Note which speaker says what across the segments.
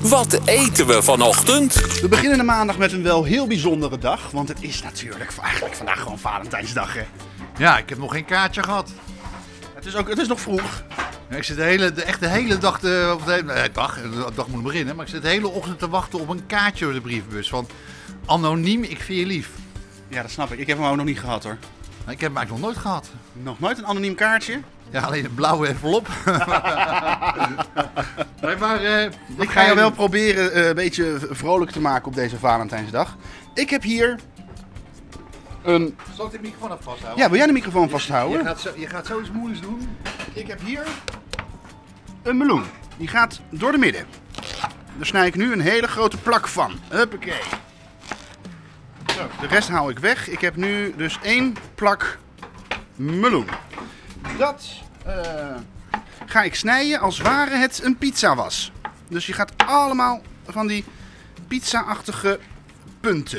Speaker 1: Wat eten we vanochtend?
Speaker 2: We beginnen de maandag met een wel heel bijzondere dag, want het is natuurlijk eigenlijk vandaag gewoon Valentijnsdag. Hè?
Speaker 3: Ja, ik heb nog geen kaartje gehad.
Speaker 2: Het, is ook, het is nog vroeg.
Speaker 3: Ja, Ik zit de hele, de, echt de hele dag, te, of de, hele- eh, dag, de dag moet beginnen, maar ik zit de hele ochtend te wachten op een kaartje op de brievenbus. Van anoniem, ik vind je lief.
Speaker 2: Ja, dat snap ik. Ik heb hem ook nog niet gehad hoor.
Speaker 3: Nou, Ik heb hem eigenlijk nog nooit gehad.
Speaker 2: Nog nooit een anoniem kaartje.
Speaker 3: Ja, alleen een blauwe envelop. nee, maar eh,
Speaker 2: Ik ga je wel proberen eh, een beetje vrolijk te maken op deze Valentijnsdag. Ik heb hier een...
Speaker 3: Zal ik de microfoon af vasthouden?
Speaker 2: Ja, wil jij de microfoon
Speaker 3: Je
Speaker 2: vasthouden?
Speaker 3: gaat, zo, je gaat zoiets moeilijks doen.
Speaker 2: Ik heb hier een meloen. Die gaat door de midden. Daar snij ik nu een hele grote plak van. Huppakee. Zo, de rest haal ik weg. Ik heb nu dus één plak meloen. Dat eh, ga ik snijden als ware het een pizza was. Dus je gaat allemaal van die pizza-achtige punten.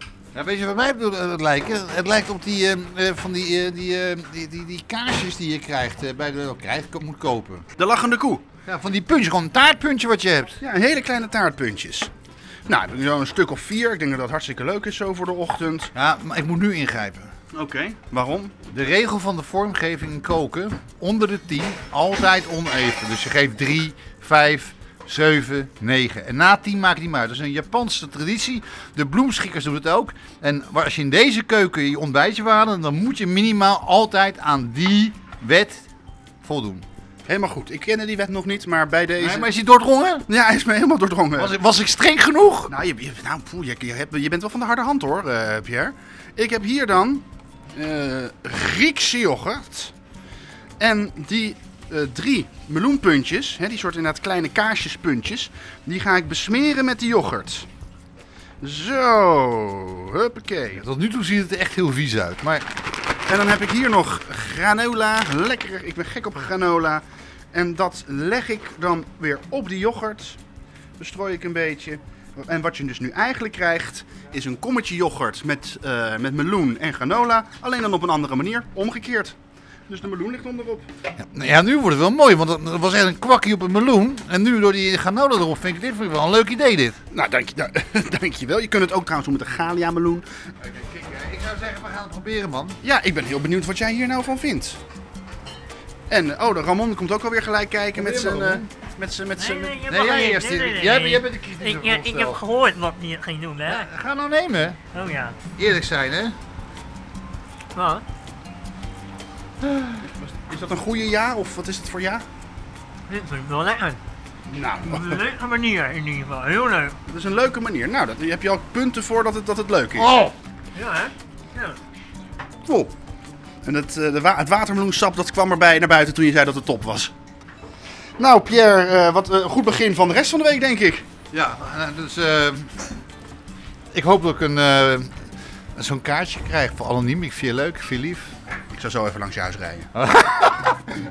Speaker 3: Ja, Nou, weet je wat mij bedoel- het lijkt? Het lijkt op die, eh, eh, van die, eh, die, eh, die, die, die kaarsjes die je krijgt, eh, bij de, of krijgt, moet kopen.
Speaker 2: De lachende koe.
Speaker 3: Ja, van die puntje, gewoon een taartpuntje wat je hebt.
Speaker 2: Ja, hele kleine taartpuntjes. Nou, heb ik nu zo'n stuk of vier. Ik denk dat dat hartstikke leuk is zo voor de ochtend.
Speaker 3: Ja, maar ik moet nu ingrijpen.
Speaker 2: Oké. Waarom?
Speaker 3: De regel van de vormgeving in koken, onder de 10, altijd oneven. Dus je geeft 3, 5, 7, 9. En na 10 maakt het niet meer uit. Dat is een Japanse traditie. De bloemschikkers doen het ook. En waar- als je in deze keuken je ontbijtje waren, dan moet je minimaal altijd aan die wet voldoen.
Speaker 2: Helemaal goed. Ik kende die wet nog niet, maar bij deze...
Speaker 3: Nee, maar is die doordrongen?
Speaker 2: Ja, hij is me helemaal doordrongen.
Speaker 3: Was, ik- was ik streng genoeg?
Speaker 2: Nou, je, je- nou poeh, je, je, hebt- je bent wel van de harde hand hoor, eh, Pierre. Ik heb hier dan eh Griekse yoghurt. En die eh, drie meloenpuntjes, hè, die soort inderdaad kleine kaasjespuntjes, die ga ik besmeren met de yoghurt. Zo, huppakee.
Speaker 3: Tot nu toe ziet het er echt heel vies uit. Maar
Speaker 2: En dan heb ik hier nog granola. Lekker, ik ben gek op granola. En dat leg ik dan weer op die yoghurt. Bestrooi ik een beetje. En wat je dus nu eigenlijk krijgt, is een kommetje yoghurt met, eh, met meloen en granola. Alleen dan op een andere manier, omgekeerd. Dus de meloen ligt onderop.
Speaker 3: ja, nou ja, nu wordt het wel mooi, want dat dat was echt een kwakkie op een meloen. En nu door die granola erop vind ik dit vind ik wel een leuk idee dit.
Speaker 2: Nou, dank je, da- dank je wel. Je kunt het ook trouwens doen met een galia meloen.
Speaker 3: Kijk, eh, ik zou zeggen, we gaan het proberen, man.
Speaker 2: Ja, ik ben heel benieuwd wat jij hier nou van vindt. En, oh, de Ramon komt ook alweer gelijk kijken met zijn...
Speaker 3: Probeer maar,
Speaker 2: eh, Met zijn... Met zijn...
Speaker 3: Nee, jij eerst, jij- jij bent de kritiek
Speaker 4: Ik,
Speaker 3: erop
Speaker 4: ik, ik heb
Speaker 3: gesteld.
Speaker 4: gehoord wat hij ging doen, hè?
Speaker 3: Ga nou nemen.
Speaker 4: Oh ja. Nou,
Speaker 3: Eerlijk zijn, hè?
Speaker 4: Wat?
Speaker 2: Is dat een goede ja of wat is het voor ja?
Speaker 4: Dit vind ik wel lekker. Op
Speaker 2: Nou,
Speaker 4: een leuke manier in ieder geval. Heel leuk.
Speaker 2: dat is een leuke manier. Nou, daar heb je al punten voor dat het, dat het leuk is.
Speaker 3: Oh!
Speaker 4: Ja, hè? Ja.
Speaker 2: Cool. En het, eh, de wa- het watermeloensap dat kwam erbij naar buiten toen je zei dat het top was. Nou, Pierre, eh, wat een goed begin van de rest van de week, denk ik.
Speaker 3: Ja, eh, dus eh, ik hoop dat ik een, eh, zo'n kaartje krijg voor anoniem. Ik vind je leuk, ik vind je lief.
Speaker 2: Ik zou zo even langs je huis rijden.